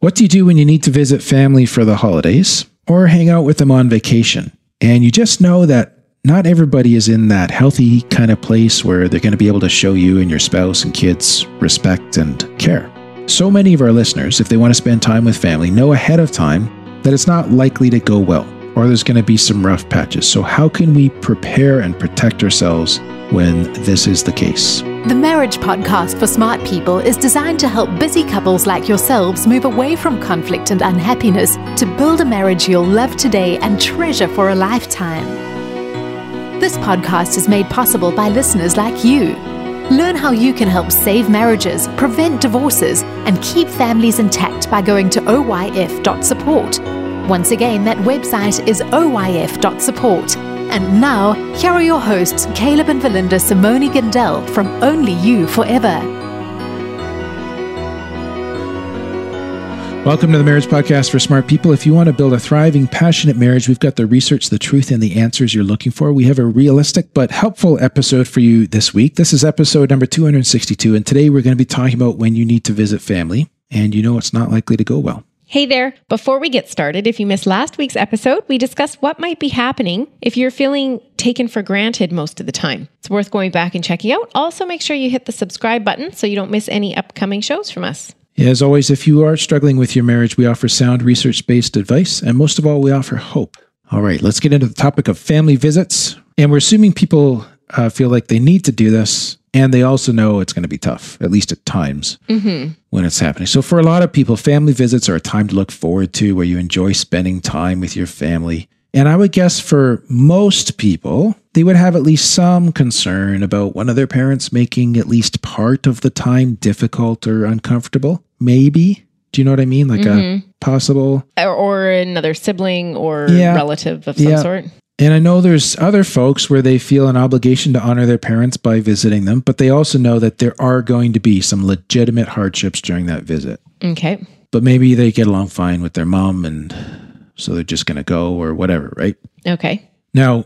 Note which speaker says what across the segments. Speaker 1: What do you do when you need to visit family for the holidays or hang out with them on vacation? And you just know that not everybody is in that healthy kind of place where they're going to be able to show you and your spouse and kids respect and care. So many of our listeners, if they want to spend time with family, know ahead of time that it's not likely to go well or there's going to be some rough patches. So, how can we prepare and protect ourselves when this is the case?
Speaker 2: The Marriage Podcast for Smart People is designed to help busy couples like yourselves move away from conflict and unhappiness to build a marriage you'll love today and treasure for a lifetime. This podcast is made possible by listeners like you. Learn how you can help save marriages, prevent divorces, and keep families intact by going to oyf.support. Once again, that website is oyf.support. And now, here are your hosts, Caleb and Valinda Simone Gindel from Only You Forever.
Speaker 1: Welcome to the Marriage Podcast for Smart People. If you want to build a thriving, passionate marriage, we've got the research, the truth, and the answers you're looking for. We have a realistic but helpful episode for you this week. This is episode number 262. And today we're going to be talking about when you need to visit family and you know it's not likely to go well.
Speaker 3: Hey there. Before we get started, if you missed last week's episode, we discussed what might be happening if you're feeling taken for granted most of the time. It's worth going back and checking out. Also, make sure you hit the subscribe button so you don't miss any upcoming shows from us.
Speaker 1: As always, if you are struggling with your marriage, we offer sound research based advice. And most of all, we offer hope. All right, let's get into the topic of family visits. And we're assuming people uh, feel like they need to do this. And they also know it's going to be tough, at least at times when it's happening. So, for a lot of people, family visits are a time to look forward to where you enjoy spending time with your family. And I would guess for most people, they would have at least some concern about one of their parents making at least part of the time difficult or uncomfortable. Maybe. Do you know what I mean? Like a possible
Speaker 3: Or, or another sibling or
Speaker 1: Yeah.
Speaker 3: relative of some
Speaker 1: Yeah.
Speaker 3: sort.
Speaker 1: And I know there's other folks where they feel an obligation to honor their parents by visiting them, but they also know that there are going to be some legitimate hardships during that visit.
Speaker 3: Okay.
Speaker 1: But maybe they get along fine with their mom and so they're just going to go or whatever, right?
Speaker 3: Okay.
Speaker 1: Now,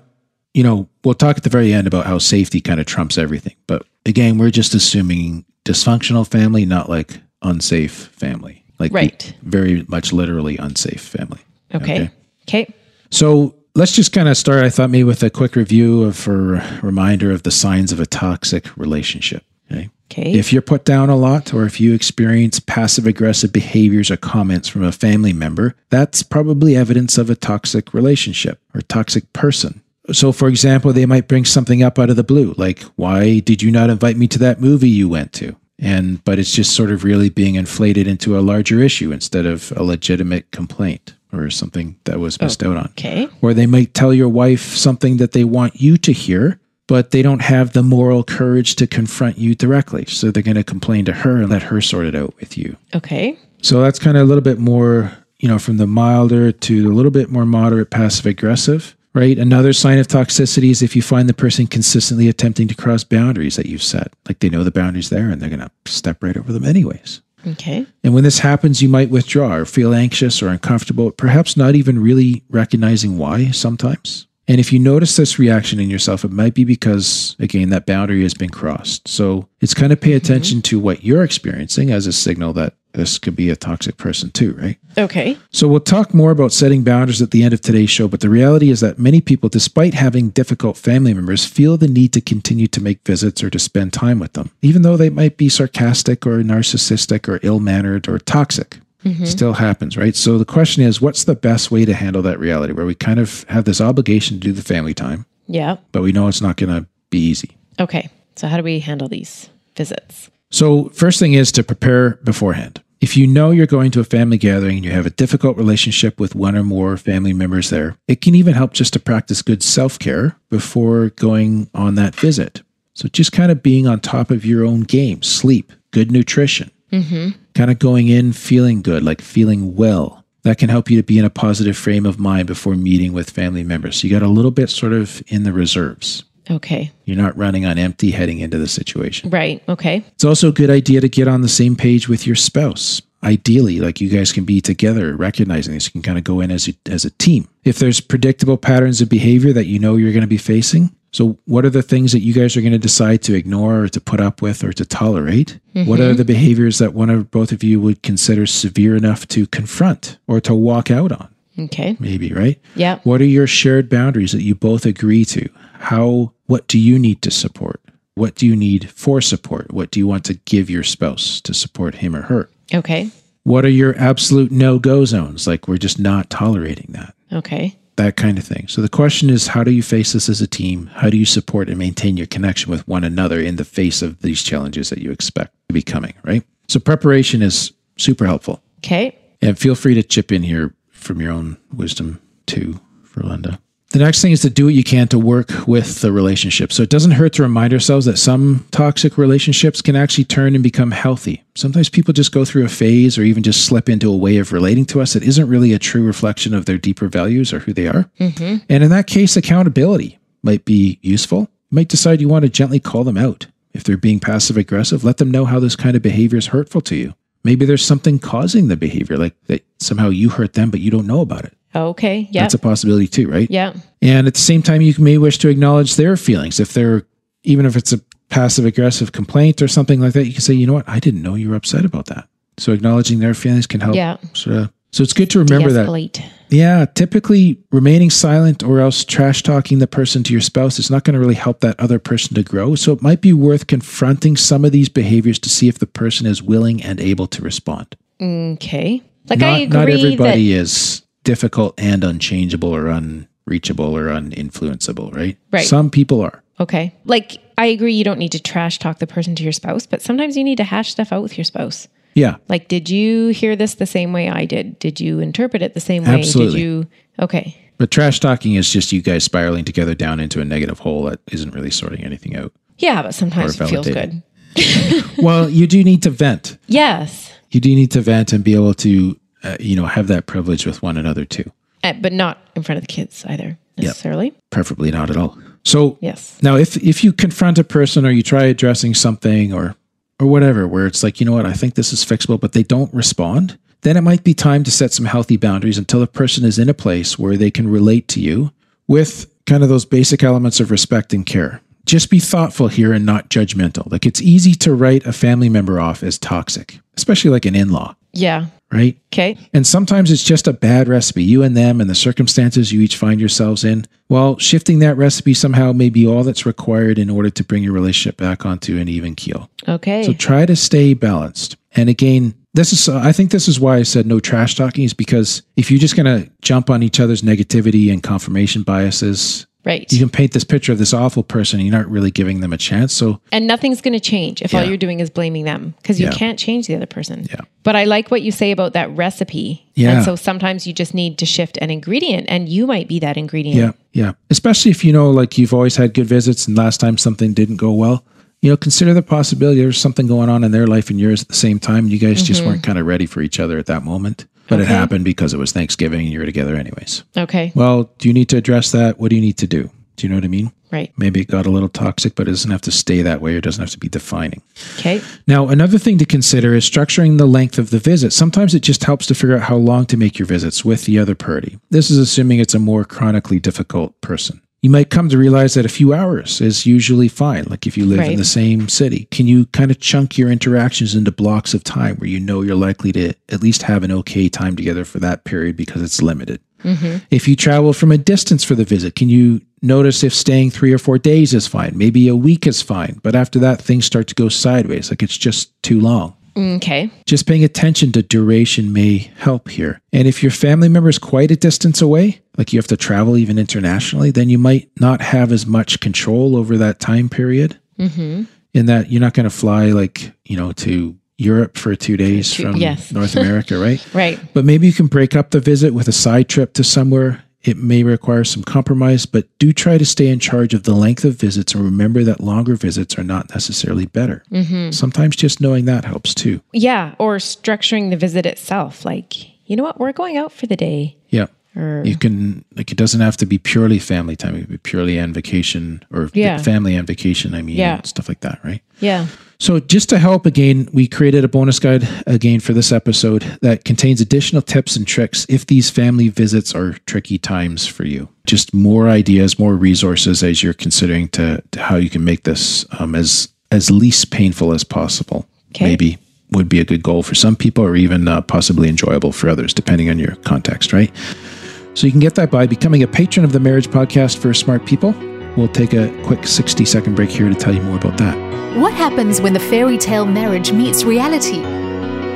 Speaker 1: you know, we'll talk at the very end about how safety kind of trumps everything. But again, we're just assuming dysfunctional family, not like unsafe family. Like
Speaker 3: Right.
Speaker 1: very much literally unsafe family.
Speaker 3: Okay. Okay.
Speaker 1: So let's just kind of start, I thought, maybe with a quick review of or reminder of the signs of a toxic relationship. Okay.
Speaker 3: Okay.
Speaker 1: If you're put down a lot or if you experience passive aggressive behaviors or comments from a family member, that's probably evidence of a toxic relationship or toxic person. So, for example, they might bring something up out of the blue, like, why did you not invite me to that movie you went to? And, but it's just sort of really being inflated into a larger issue instead of a legitimate complaint or something that was missed out on.
Speaker 3: okay.
Speaker 1: Or they might tell your wife something that they want you to hear, but they don't have the moral courage to confront you directly. So they're going to complain to her and let her sort it out with you.
Speaker 3: Okay.
Speaker 1: So that's kind of a little bit more, you know, from the milder to the little bit more moderate passive aggressive, right? Another sign of toxicity is if you find the person consistently attempting to cross boundaries that you've set. Like they know the boundaries there and they're going to step right over them anyways.
Speaker 3: Okay.
Speaker 1: And when this happens, you might withdraw or feel anxious or uncomfortable, perhaps not even really recognizing why sometimes. And if you notice this reaction in yourself, it might be because, again, that boundary has been crossed. So it's kind of pay attention to what you're experiencing as a signal that this could be a toxic person too, right?
Speaker 3: Okay.
Speaker 1: So we'll talk more about setting boundaries at the end of today's show, but the reality is that many people, despite having difficult family members, feel the need to continue to make visits or to spend time with them, even though they might be sarcastic or narcissistic or ill mannered or toxic. Still happens, right? So the question is, what's the best way to handle that reality where we kind of have this obligation to do the family time,
Speaker 3: Yeah.
Speaker 1: but we know it's not going to be easy?
Speaker 3: Okay. So, how do we handle these visits?
Speaker 1: So, first thing is to prepare beforehand. If you know you're going to a family gathering and you have a difficult relationship with one or more family members there, it can even help just to practice good self care before going on that visit. So, just kind of being on top of your own game, sleep, good nutrition, kind of going in feeling good, like feeling well. That can help you to be in a positive frame of mind before meeting with family members. So, you got a little bit sort of in the reserves.
Speaker 3: Okay.
Speaker 1: You're not running on empty heading into the situation.
Speaker 3: Right. Okay.
Speaker 1: It's also a good idea to get on the same page with your spouse. Ideally, like you guys can be together, recognizing this, you can kind of go in as a, as a team. If there's predictable patterns of behavior that you know you're going to be facing, So, what are the things that you guys are going to decide to ignore or to put up with or to tolerate? What are the behaviors that one or both of you would consider severe enough to confront or to walk out on,
Speaker 3: Okay.
Speaker 1: maybe, right?
Speaker 3: Yeah.
Speaker 1: What are your shared boundaries that you both agree to? How, what do you need to support? What do you need for support? What do you want to give your spouse to support him or her?
Speaker 3: Okay.
Speaker 1: What are your absolute no go zones? Like, we're just not tolerating that
Speaker 3: Okay.
Speaker 1: that kind of thing. So the question is how do you face this as a team? How do you support and maintain your connection with one another in the face of these challenges that you expect to be coming, right? So preparation is super helpful.
Speaker 3: Okay.
Speaker 1: And feel free to chip in here from your own wisdom too for Linda. The next thing is to do what you can to work with the relationship. So it doesn't hurt to remind ourselves that some toxic relationships can actually turn and become healthy. Sometimes people just go through a phase or even just slip into a way of relating to us that isn't really a true reflection of their deeper values or who they are. And in that case, accountability might be useful. You might decide you want to gently call them out. If they're being passive aggressive, let them know how this kind of behavior is hurtful to you. Maybe there's something causing the behavior, like that somehow you hurt them, but you don't know about it.
Speaker 3: Okay. Yeah.
Speaker 1: That's a possibility too, right?
Speaker 3: yeah.
Speaker 1: And at the same time, you may wish to acknowledge their feelings. If they're, even if it's a passive aggressive complaint or something like that, you can say, you know what? I didn't know you were upset about that. So acknowledging their feelings can help.
Speaker 3: Yeah.
Speaker 1: Sort of, so it's good to remember that.
Speaker 3: De-escalate.
Speaker 1: Yeah, typically remaining silent or else trash talking the person to your spouse is not going to really help that other person to grow. So it might be worth confronting some of these behaviors to see if the person is willing and able to respond.
Speaker 3: Okay. Like
Speaker 1: not,
Speaker 3: I agree
Speaker 1: not
Speaker 3: that
Speaker 1: everybody is difficult and unchangeable or unreachable or uninfluenceable, right?
Speaker 3: Right.
Speaker 1: Some people are.
Speaker 3: Okay. Like, I agree, you don't need to trash talk the person to your spouse, but sometimes you need to hash stuff out with your spouse.
Speaker 1: Yeah.
Speaker 3: Like, did you hear this the same way I did? Did you interpret it the same way?
Speaker 1: Absolutely.
Speaker 3: Did you? Okay.
Speaker 1: But trash talking is just you guys spiraling together down into a negative hole that isn't really sorting anything out.
Speaker 3: Yeah, but sometimes
Speaker 1: Or
Speaker 3: it feels
Speaker 1: validated.
Speaker 3: good.
Speaker 1: well, you do need to vent.
Speaker 3: Yes,
Speaker 1: you do need to vent and be able to uh, you know have that privilege with one another too
Speaker 3: Uh, but not in front of the kids either necessarily.
Speaker 1: preferably not at all so
Speaker 3: Yes.
Speaker 1: now if if you confront a person or you try addressing something or or whatever where it's like you know what i think this is fixable but they don't respond then it might be time to set some healthy boundaries until the person is in a place where they can relate to you with kind of those basic elements of respect and care just be thoughtful here and not judgmental like it's easy to write a family member off as toxic especially like an in-law
Speaker 3: Yeah.
Speaker 1: right
Speaker 3: Okay.
Speaker 1: And sometimes it's just a bad recipe, you and them and the circumstances you each find yourselves in. Well, shifting that recipe somehow may be all that's required in order to bring your relationship back onto an even keel.
Speaker 3: Okay.
Speaker 1: So try to stay balanced. And again, this is, I think this is why I said no trash talking, is because if you're just going to jump on each other's negativity and confirmation biases,
Speaker 3: right.
Speaker 1: you can paint this picture of this awful person and you're not really giving them a chance. So
Speaker 3: and nothing's going to change if all
Speaker 1: Yeah.
Speaker 3: you're doing is blaming them because you
Speaker 1: Yeah.
Speaker 3: can't change the other person. Yeah. But I like what you say about that recipe.
Speaker 1: Yeah.
Speaker 3: And so sometimes you just need to shift an ingredient and you might be that ingredient.
Speaker 1: Yeah, yeah. Especially if you know, like you've always had good visits, and last time something didn't go well, you know, consider the possibility there's something going on in their life and yours at the same time. You guys just weren't kind of ready for each other at that moment, but it happened because it was Thanksgiving and you were together anyways.
Speaker 3: Okay.
Speaker 1: Well, do you need to address that? What do you need to do? Do you know what I mean?
Speaker 3: Right.
Speaker 1: Maybe it got a little toxic, but it doesn't have to stay that way. Or it doesn't have to be defining.
Speaker 3: Okay.
Speaker 1: Now, another thing to consider is structuring the length of the visit. Sometimes it just helps to figure out how long to make your visits with the other party. This is assuming it's a more chronically difficult person. You might come to realize that a few hours is usually fine, like if you live in
Speaker 3: Right.
Speaker 1: the same city. Can you kind of chunk your interactions into blocks of time where you know you're likely to at least have an okay time together for that period because it's limited? If you travel from a distance for the visit, can you notice if staying three or four days is fine? Maybe a week is fine, but after that, things start to go sideways, like it's just too long.
Speaker 3: Okay.
Speaker 1: Just paying attention to duration may help here. And if your family member is quite a distance away, like you have to travel even internationally, then you might not have as much control over that time period. In that you're not going to fly like, you know, to Europe for two days from
Speaker 3: yes.
Speaker 1: North America, right?
Speaker 3: Right.
Speaker 1: But maybe you can break up the visit with a side trip to somewhere. It may require some compromise, but do try to stay in charge of the length of visits and remember that longer visits are not necessarily better.
Speaker 3: Mm-hmm.
Speaker 1: Sometimes just knowing that helps too.
Speaker 3: Yeah. Or structuring the visit itself. Like, you know what? We're going out for the day.
Speaker 1: Yeah.
Speaker 3: Or
Speaker 1: You can like it doesn't have to be purely family time. It could be purely on vacation or
Speaker 3: Yeah.
Speaker 1: family on vacation. I mean,
Speaker 3: Yeah.
Speaker 1: and stuff like that, right?
Speaker 3: yeah,
Speaker 1: So, just to help again, we created a bonus guide again for this episode that contains additional tips and tricks if these family visits are tricky times for you. Just more ideas, more resources as you're considering to, to how you can make this um, as as least painful as possible.
Speaker 3: Okay.
Speaker 1: Maybe would be a good goal for some people, or even uh, possibly enjoyable for others, depending on your context, right? So you can get that by becoming a patron of the Marriage Podcast for Smart People. We'll take a quick 60 second break here to tell you more about that.
Speaker 2: What happens when the fairy tale marriage meets reality?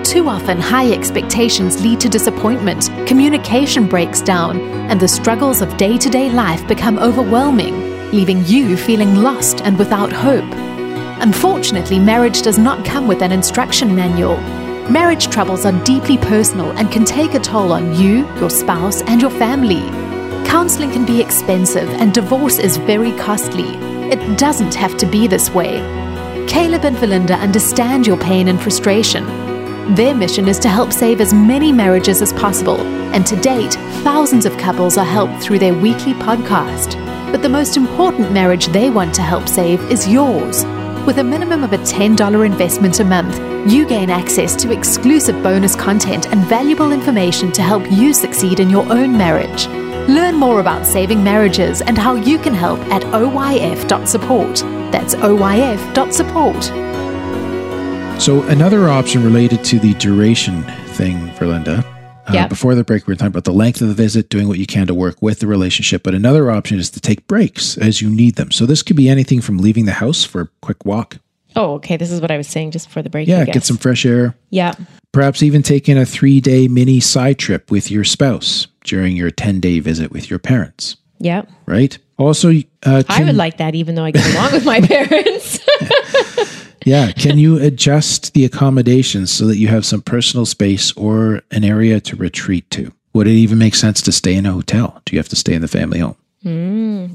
Speaker 2: Too often, high expectations lead to disappointment, communication breaks down, and the struggles of day to day life become overwhelming, leaving you feeling lost and without hope. Unfortunately, marriage does not come with an instruction manual. Marriage troubles are deeply personal and can take a toll on you, your spouse, and your family. Counseling can be expensive, and divorce is very costly. It doesn't have to be this way. Caleb and Valinda understand your pain and frustration. Their mission is to help save as many marriages as possible, and to date, thousands of couples are helped through their weekly podcast. But the most important marriage they want to help save is yours. With a minimum of a $10 investment a month, you gain access to exclusive bonus content and valuable information to help you succeed in your own marriage. Learn more about saving marriages and how you can help at oyf.support. That's oyf.support.
Speaker 1: So another option related to the duration thing for Linda. Uh,
Speaker 3: Yeah.
Speaker 1: Before the break, we were talking about the length of the visit, doing what you can to work with the relationship. But another option is to take breaks as you need them. So this could be anything from leaving the house for a quick walk.
Speaker 3: oh, okay. This is what I was saying just before the break.
Speaker 1: Yeah,
Speaker 3: I
Speaker 1: get
Speaker 3: guess.
Speaker 1: some fresh air.
Speaker 3: Yeah,
Speaker 1: Perhaps even taking a three day mini side trip with your spouse during your 10 day visit with your parents,
Speaker 3: yeah.
Speaker 1: right? Also, uh,
Speaker 3: I would like that, even though I get along with my parents.
Speaker 1: Yeah. Can you adjust the accommodations so that you have some personal space or an area to retreat to? Would it even make sense to stay in a hotel? Do you have to stay in the family home?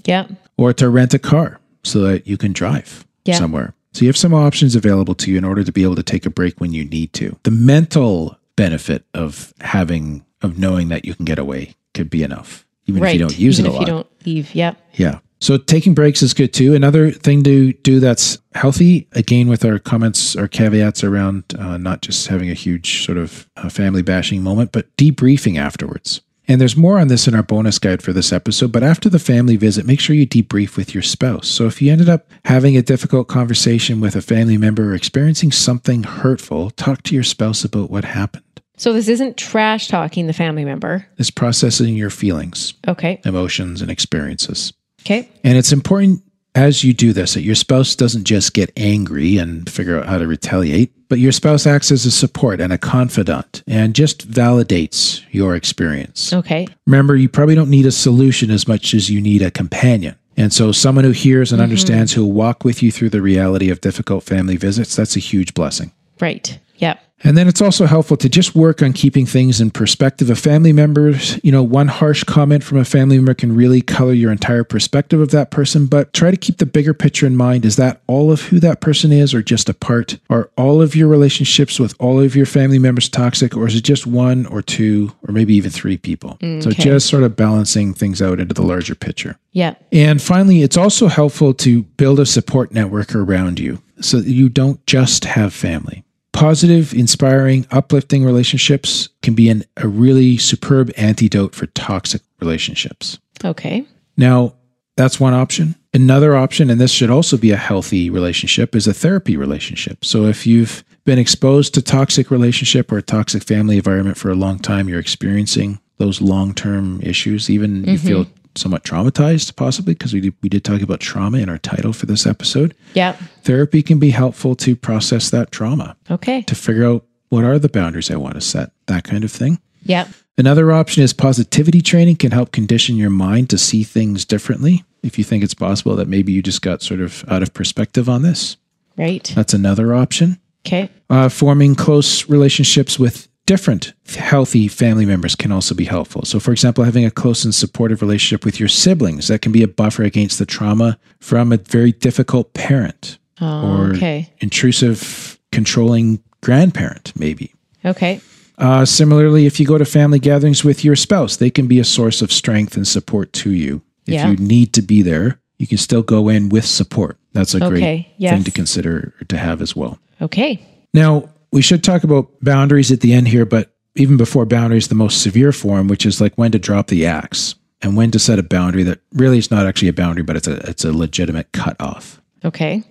Speaker 3: yeah,
Speaker 1: Or to rent a car so that you can drive
Speaker 3: Yeah.
Speaker 1: somewhere? So you have some options available to you in order to be able to take a break when you need to. The mental benefit of having, of knowing that you can get away could be enough, even
Speaker 3: right.
Speaker 1: if you don't use it
Speaker 3: even
Speaker 1: a
Speaker 3: if
Speaker 1: lot.
Speaker 3: you don't leave. Yeah,
Speaker 1: Yeah. So taking breaks is good too. Another thing to do that's healthy, again, with our comments or caveats around uh, not just having a huge sort of uh, family bashing moment, but debriefing afterwards. And there's more on this in our bonus guide for this episode. But after the family visit, make sure you debrief with your spouse. So if you ended up having a difficult conversation with a family member or experiencing something hurtful, talk to your spouse about what happened.
Speaker 3: So this isn't trash talking the family member.
Speaker 1: It's processing your feelings,
Speaker 3: Okay.
Speaker 1: emotions, and experiences.
Speaker 3: Okay.
Speaker 1: And it's important as you do this that your spouse doesn't just get angry and figure out how to retaliate, but your spouse acts as a support and a confidant and just validates your experience.
Speaker 3: Okay.
Speaker 1: Remember, you probably don't need a solution as much as you need a companion. And so, someone who hears and understands, who'll walk with you through the reality of difficult family visits, that's a huge blessing.
Speaker 3: Right. Yeah.
Speaker 1: And then it's also helpful to just work on keeping things in perspective. A family member's, you know, one harsh comment from a family member can really color your entire perspective of that person, but try to keep the bigger picture in mind. Is that all of who that person is or just a part? Are all of your relationships with all of your family members toxic or is it just one or two or maybe even three people? So
Speaker 3: Okay.
Speaker 1: just sort of balancing things out into the larger picture.
Speaker 3: Yeah.
Speaker 1: And finally, it's also helpful to build a support network around you so that you don't just have family. Positive, inspiring, uplifting relationships can be an, a really superb antidote for toxic relationships.
Speaker 3: Okay.
Speaker 1: Now, that's one option. Another option, and this should also be a healthy relationship, is a therapy relationship. So if you've been exposed to toxic relationship or a toxic family environment for a long time, you're experiencing those long-term issues, even you feel somewhat traumatized possibly because we did, we did talk about trauma in our title for this episode.
Speaker 3: Yeah.
Speaker 1: Therapy can be helpful to process that trauma,
Speaker 3: Okay.
Speaker 1: to figure out what are the boundaries I want to set, that kind of thing.
Speaker 3: Yeah.
Speaker 1: Another option is positivity training can help condition your mind to see things differently. If you think it's possible that maybe you just got sort of out of perspective on this,
Speaker 3: Right.
Speaker 1: that's another option.
Speaker 3: Okay.
Speaker 1: Uh, forming close relationships with different healthy family members can also be helpful. So, for example, having a close and supportive relationship with your siblings that can be a buffer against the trauma from a very difficult parent
Speaker 3: Oh, okay.
Speaker 1: intrusive, controlling grandparent, maybe.
Speaker 3: Okay.
Speaker 1: Uh, similarly, if you go to family gatherings with your spouse, they can be a source of strength and support to you. If
Speaker 3: Yeah.
Speaker 1: you need to be there, you can still go in with support. That's a
Speaker 3: Okay,
Speaker 1: great
Speaker 3: yes.
Speaker 1: thing to consider or to have as well.
Speaker 3: Okay.
Speaker 1: Now, we should talk about boundaries at the end here, but even before boundaries, the most severe form, which is like when to drop the axe and when to set a boundary that really is not actually a boundary, but it's a it's a legitimate cutoff.
Speaker 3: Okay.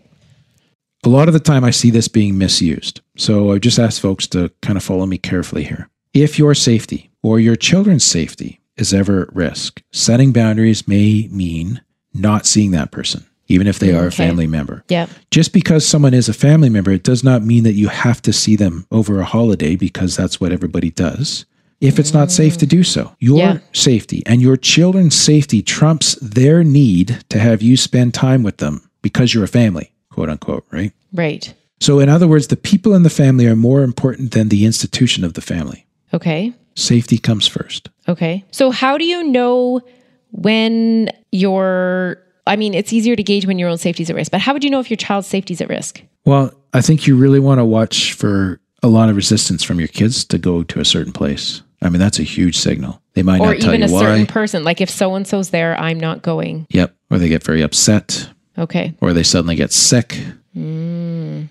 Speaker 1: A lot of the time I see this being misused. So I just ask folks to kind of follow me carefully here. If your safety or your children's safety is ever at risk, setting boundaries may mean not seeing that person, even if they are a
Speaker 3: Okay.
Speaker 1: family member.
Speaker 3: Yeah.
Speaker 1: Just because someone is a family member, it does not mean that you have to see them over a holiday because that's what everybody does. If it's not safe to do so, your
Speaker 3: Yeah.
Speaker 1: safety and your children's safety trumps their need to have you spend time with them because you're a family, quote unquote, right?
Speaker 3: Right.
Speaker 1: So, in other words, the people in the family are more important than the institution of the family.
Speaker 3: Okay.
Speaker 1: Safety comes first.
Speaker 3: Okay. So how do you know when your I mean, it's easier to gauge when your own safety is at risk, but how would you know if your child's safety is at risk?
Speaker 1: Well, I think you really want to watch for a lot of resistance from your kids to go to a certain place. I mean, that's a huge signal. They might
Speaker 3: Or
Speaker 1: not tell
Speaker 3: even
Speaker 1: you
Speaker 3: a
Speaker 1: why.
Speaker 3: certain person. Like if so and so's there, I'm not going.
Speaker 1: Yep. Or they get very upset,
Speaker 3: Okay.
Speaker 1: or they suddenly get sick.
Speaker 3: Hmm.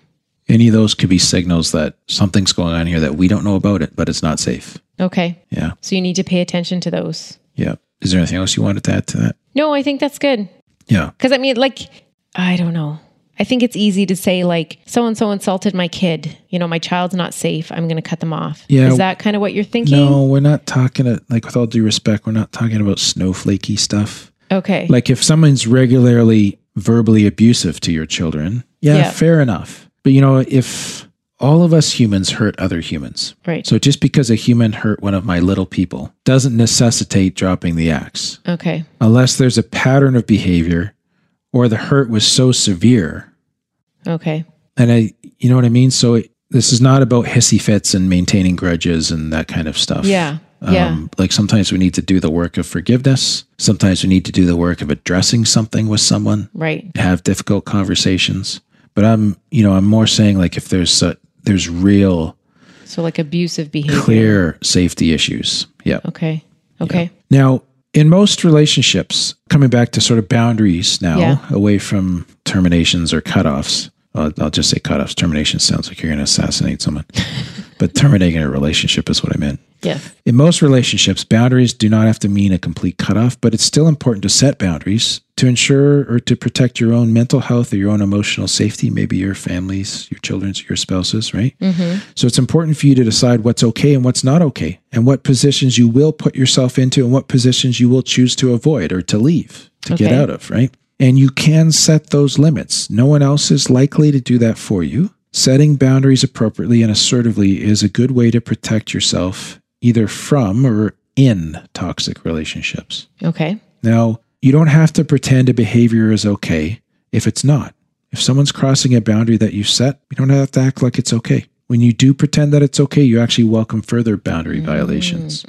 Speaker 1: Any of those could be signals that something's going on here that we don't know about it, but it's not safe.
Speaker 3: Okay.
Speaker 1: Yeah.
Speaker 3: So you need to pay attention to those.
Speaker 1: Yeah. Is there anything else you wanted to add to that?
Speaker 3: No, I think that's good.
Speaker 1: Yeah.
Speaker 3: Because I mean, like, I don't know. I think it's easy to say, like, so and so insulted my kid. You know, my child's not safe. I'm going to cut them off.
Speaker 1: Yeah.
Speaker 3: Is that kind of what you're thinking?
Speaker 1: No, we're not talking, to, like, with all due respect, we're not talking about snowflakey stuff.
Speaker 3: Okay.
Speaker 1: Like, if someone's regularly verbally abusive to your children, yeah,
Speaker 3: Yeah.
Speaker 1: fair enough. But, you know, if all of us humans hurt other humans,
Speaker 3: right.
Speaker 1: so just because a human hurt one of my little people doesn't necessitate dropping the axe.
Speaker 3: okay.
Speaker 1: unless there's a pattern of behavior or the hurt was so severe.
Speaker 3: Okay.
Speaker 1: And I, you know what I mean? So it, this is not about hissy fits and maintaining grudges and that kind of stuff. Um,
Speaker 3: Yeah. Yeah.
Speaker 1: Like sometimes we need to do the work of forgiveness. Sometimes we need to do the work of addressing something with someone,
Speaker 3: Right.
Speaker 1: have difficult conversations. But I'm, you know, I'm more saying like if there's a, there's real
Speaker 3: So, like, abusive behavior.
Speaker 1: clear safety issues. Yeah.
Speaker 3: Okay. Okay.
Speaker 1: Now, in most relationships, coming back to sort of boundaries now,
Speaker 3: Yeah.
Speaker 1: away from terminations or cutoffs, uh, I'll just say cutoffs. Termination sounds like you're going to assassinate someone, but terminating a relationship is what I meant.
Speaker 3: Yes.
Speaker 1: In most relationships, boundaries do not have to mean a complete cutoff, but it's still important to set boundaries to ensure or to protect your own mental health or your own emotional safety, maybe your family's, your children's, your spouse's, right? So it's important for you to decide what's okay and what's not okay, and what positions you will put yourself into and what positions you will choose to avoid or to leave, to get
Speaker 3: Okay.
Speaker 1: out of, right? And you can set those limits. No one else is likely to do that for you. Setting boundaries appropriately and assertively is a good way to protect yourself either from or in toxic relationships.
Speaker 3: Okay.
Speaker 1: Now, you don't have to pretend a behavior is okay if it's not. If someone's crossing a boundary that you set, you don't have to act like it's okay. When you do pretend that it's okay, you actually welcome further boundary violations.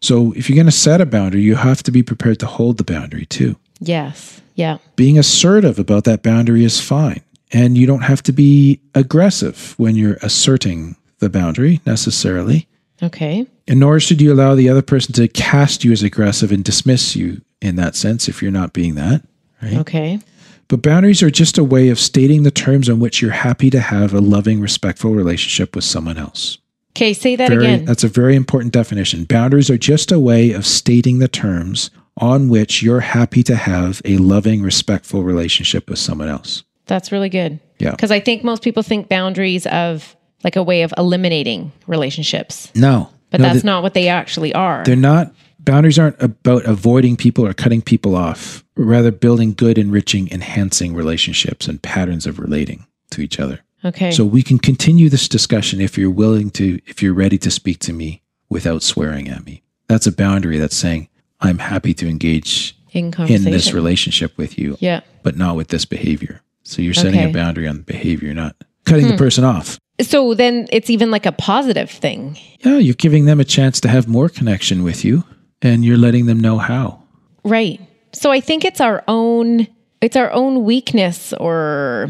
Speaker 1: So, if you're going to set a boundary, you have to be prepared to hold the boundary too.
Speaker 3: Yes. Yeah.
Speaker 1: Being assertive about that boundary is fine. And you don't have to be aggressive when you're asserting the boundary necessarily.
Speaker 3: Okay.
Speaker 1: And nor should you allow the other person to cast you as aggressive and dismiss you in that sense if you're not being that.
Speaker 3: Okay.
Speaker 1: But boundaries are just a way of stating the terms on which you're happy to have a loving, respectful relationship with someone else.
Speaker 3: Okay. Say that
Speaker 1: Very,
Speaker 3: again.
Speaker 1: That's a very important definition. Boundaries are just a way of stating the terms on which you're happy to have a loving, respectful relationship with someone else.
Speaker 3: That's really good.
Speaker 1: Yeah.
Speaker 3: Because I think most people think boundaries of like a way of eliminating relationships,
Speaker 1: No.
Speaker 3: but
Speaker 1: No,
Speaker 3: that's
Speaker 1: th-
Speaker 3: not what they actually are.
Speaker 1: They're not, boundaries aren't about avoiding people or cutting people off, rather, building good, enriching, enhancing relationships and patterns of relating to each other.
Speaker 3: Okay.
Speaker 1: So we can continue this discussion if you're willing to, if you're ready to speak to me without swearing at me. That's a boundary that's saying, I'm happy to engage
Speaker 3: in
Speaker 1: in
Speaker 3: conversation.
Speaker 1: this relationship with you,
Speaker 3: yeah.
Speaker 1: but not with this behavior. So you're setting
Speaker 3: Okay. Hmm.
Speaker 1: a boundary on the behavior, not cutting the person off.
Speaker 3: So then it's even like a positive thing.
Speaker 1: Yeah, you're giving them a chance to have more connection with you and you're letting them know how.
Speaker 3: Right. So I think it's our own it's our own weakness or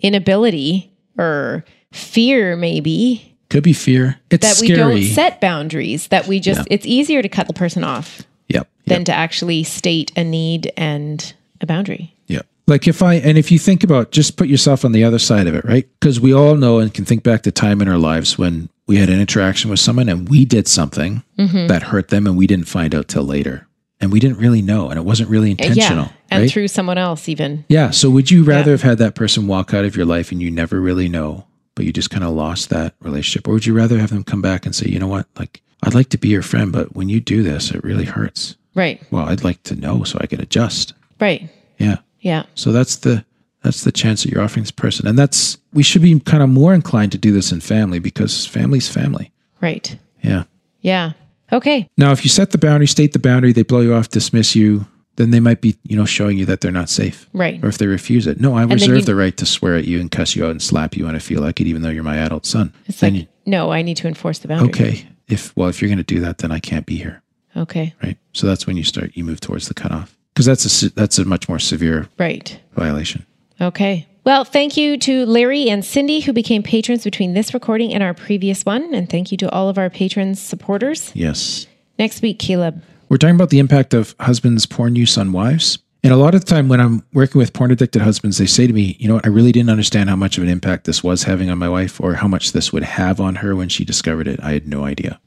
Speaker 3: inability or fear maybe
Speaker 1: could be fear. It's
Speaker 3: that we
Speaker 1: scary.
Speaker 3: don't set boundaries, that we just, it's easier to cut the person off
Speaker 1: yep.
Speaker 3: than to actually state a need and a boundary.
Speaker 1: Yeah. Like if I, and if you think about, just put yourself on the other side of it, right? Because we all know and can think back to time in our lives when we had an interaction with someone and we did something
Speaker 3: Mm-hmm.
Speaker 1: that hurt them and we didn't find out till later. And we didn't really know and it wasn't really intentional.
Speaker 3: Uh, Yeah. And
Speaker 1: right?
Speaker 3: through someone else, even.
Speaker 1: yeah. So would you rather have had that person walk out of your life and you never really know, but you just kind of lost that relationship? Or would you rather have them come back and say, you know what? Like, I'd like to be your friend, but when you do this, it really hurts.
Speaker 3: Right.
Speaker 1: Well, I'd like to know so I could adjust.
Speaker 3: Right.
Speaker 1: Yeah.
Speaker 3: Yeah.
Speaker 1: So that's the that's the chance that you're offering this person, and that's we should be kind of more inclined to do this in family because family's family.
Speaker 3: Right.
Speaker 1: Yeah.
Speaker 3: Yeah. Okay.
Speaker 1: Now, if you set the boundary, state the boundary, they blow you off, dismiss you, then they might be you know showing you that they're not safe.
Speaker 3: Right.
Speaker 1: Or if they refuse it, no, I
Speaker 3: then
Speaker 1: reserve
Speaker 3: you-
Speaker 1: the right to swear at you and cuss you out and slap you when I feel like it, even though you're my adult son.
Speaker 3: It's like, no, I need to enforce the boundary.
Speaker 1: okay, if well, if you're going to do that, then I can't be here,
Speaker 3: Okay.
Speaker 1: right? So that's when you start you move towards the cutoff because that's a se- that's a much more severe
Speaker 3: Right.
Speaker 1: violation.
Speaker 3: Okay. Well, thank you to Larry and Cindy who became patrons between this recording and our previous one. And thank you to all of our patrons supporters.
Speaker 1: Yes.
Speaker 3: Next week, Caleb.
Speaker 1: We're talking about the impact of husbands' porn use on wives. And a lot of the time when I'm working with porn addicted husbands, they say to me, you know what, I really didn't understand how much of an impact this was having on my wife or how much this would have on her when she discovered it. I had no idea.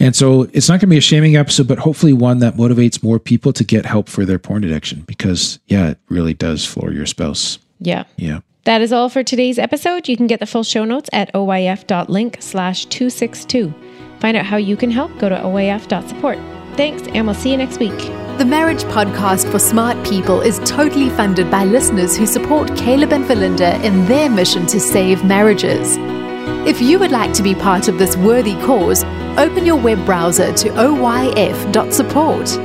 Speaker 1: And so it's not going to be a shaming episode, but hopefully one that motivates more people to get help for their porn addiction because, yeah, it really does floor your spouse.
Speaker 3: Yeah.
Speaker 1: Yeah.
Speaker 3: That is all for today's episode. You can get the full show notes at oyf.link slash 262. Find out how you can help. Go to oyf.support. Thanks, and we'll see you next week.
Speaker 2: The Marriage Podcast for Smart People is totally funded by listeners who support Caleb and Valinda in their mission to save marriages. If you would like to be part of this worthy cause, open your web browser to oyf.support.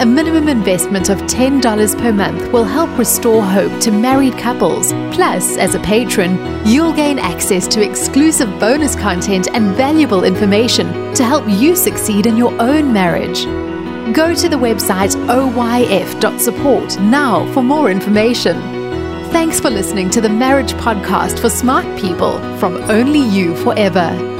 Speaker 2: A minimum investment of $10 per month will help restore hope to married couples. Plus, as a patron, you'll gain access to exclusive bonus content and valuable information to help you succeed in your own marriage. Go to the website oyf.support now for more information. Thanks for listening to the Marriage Podcast for Smart People from Only You Forever.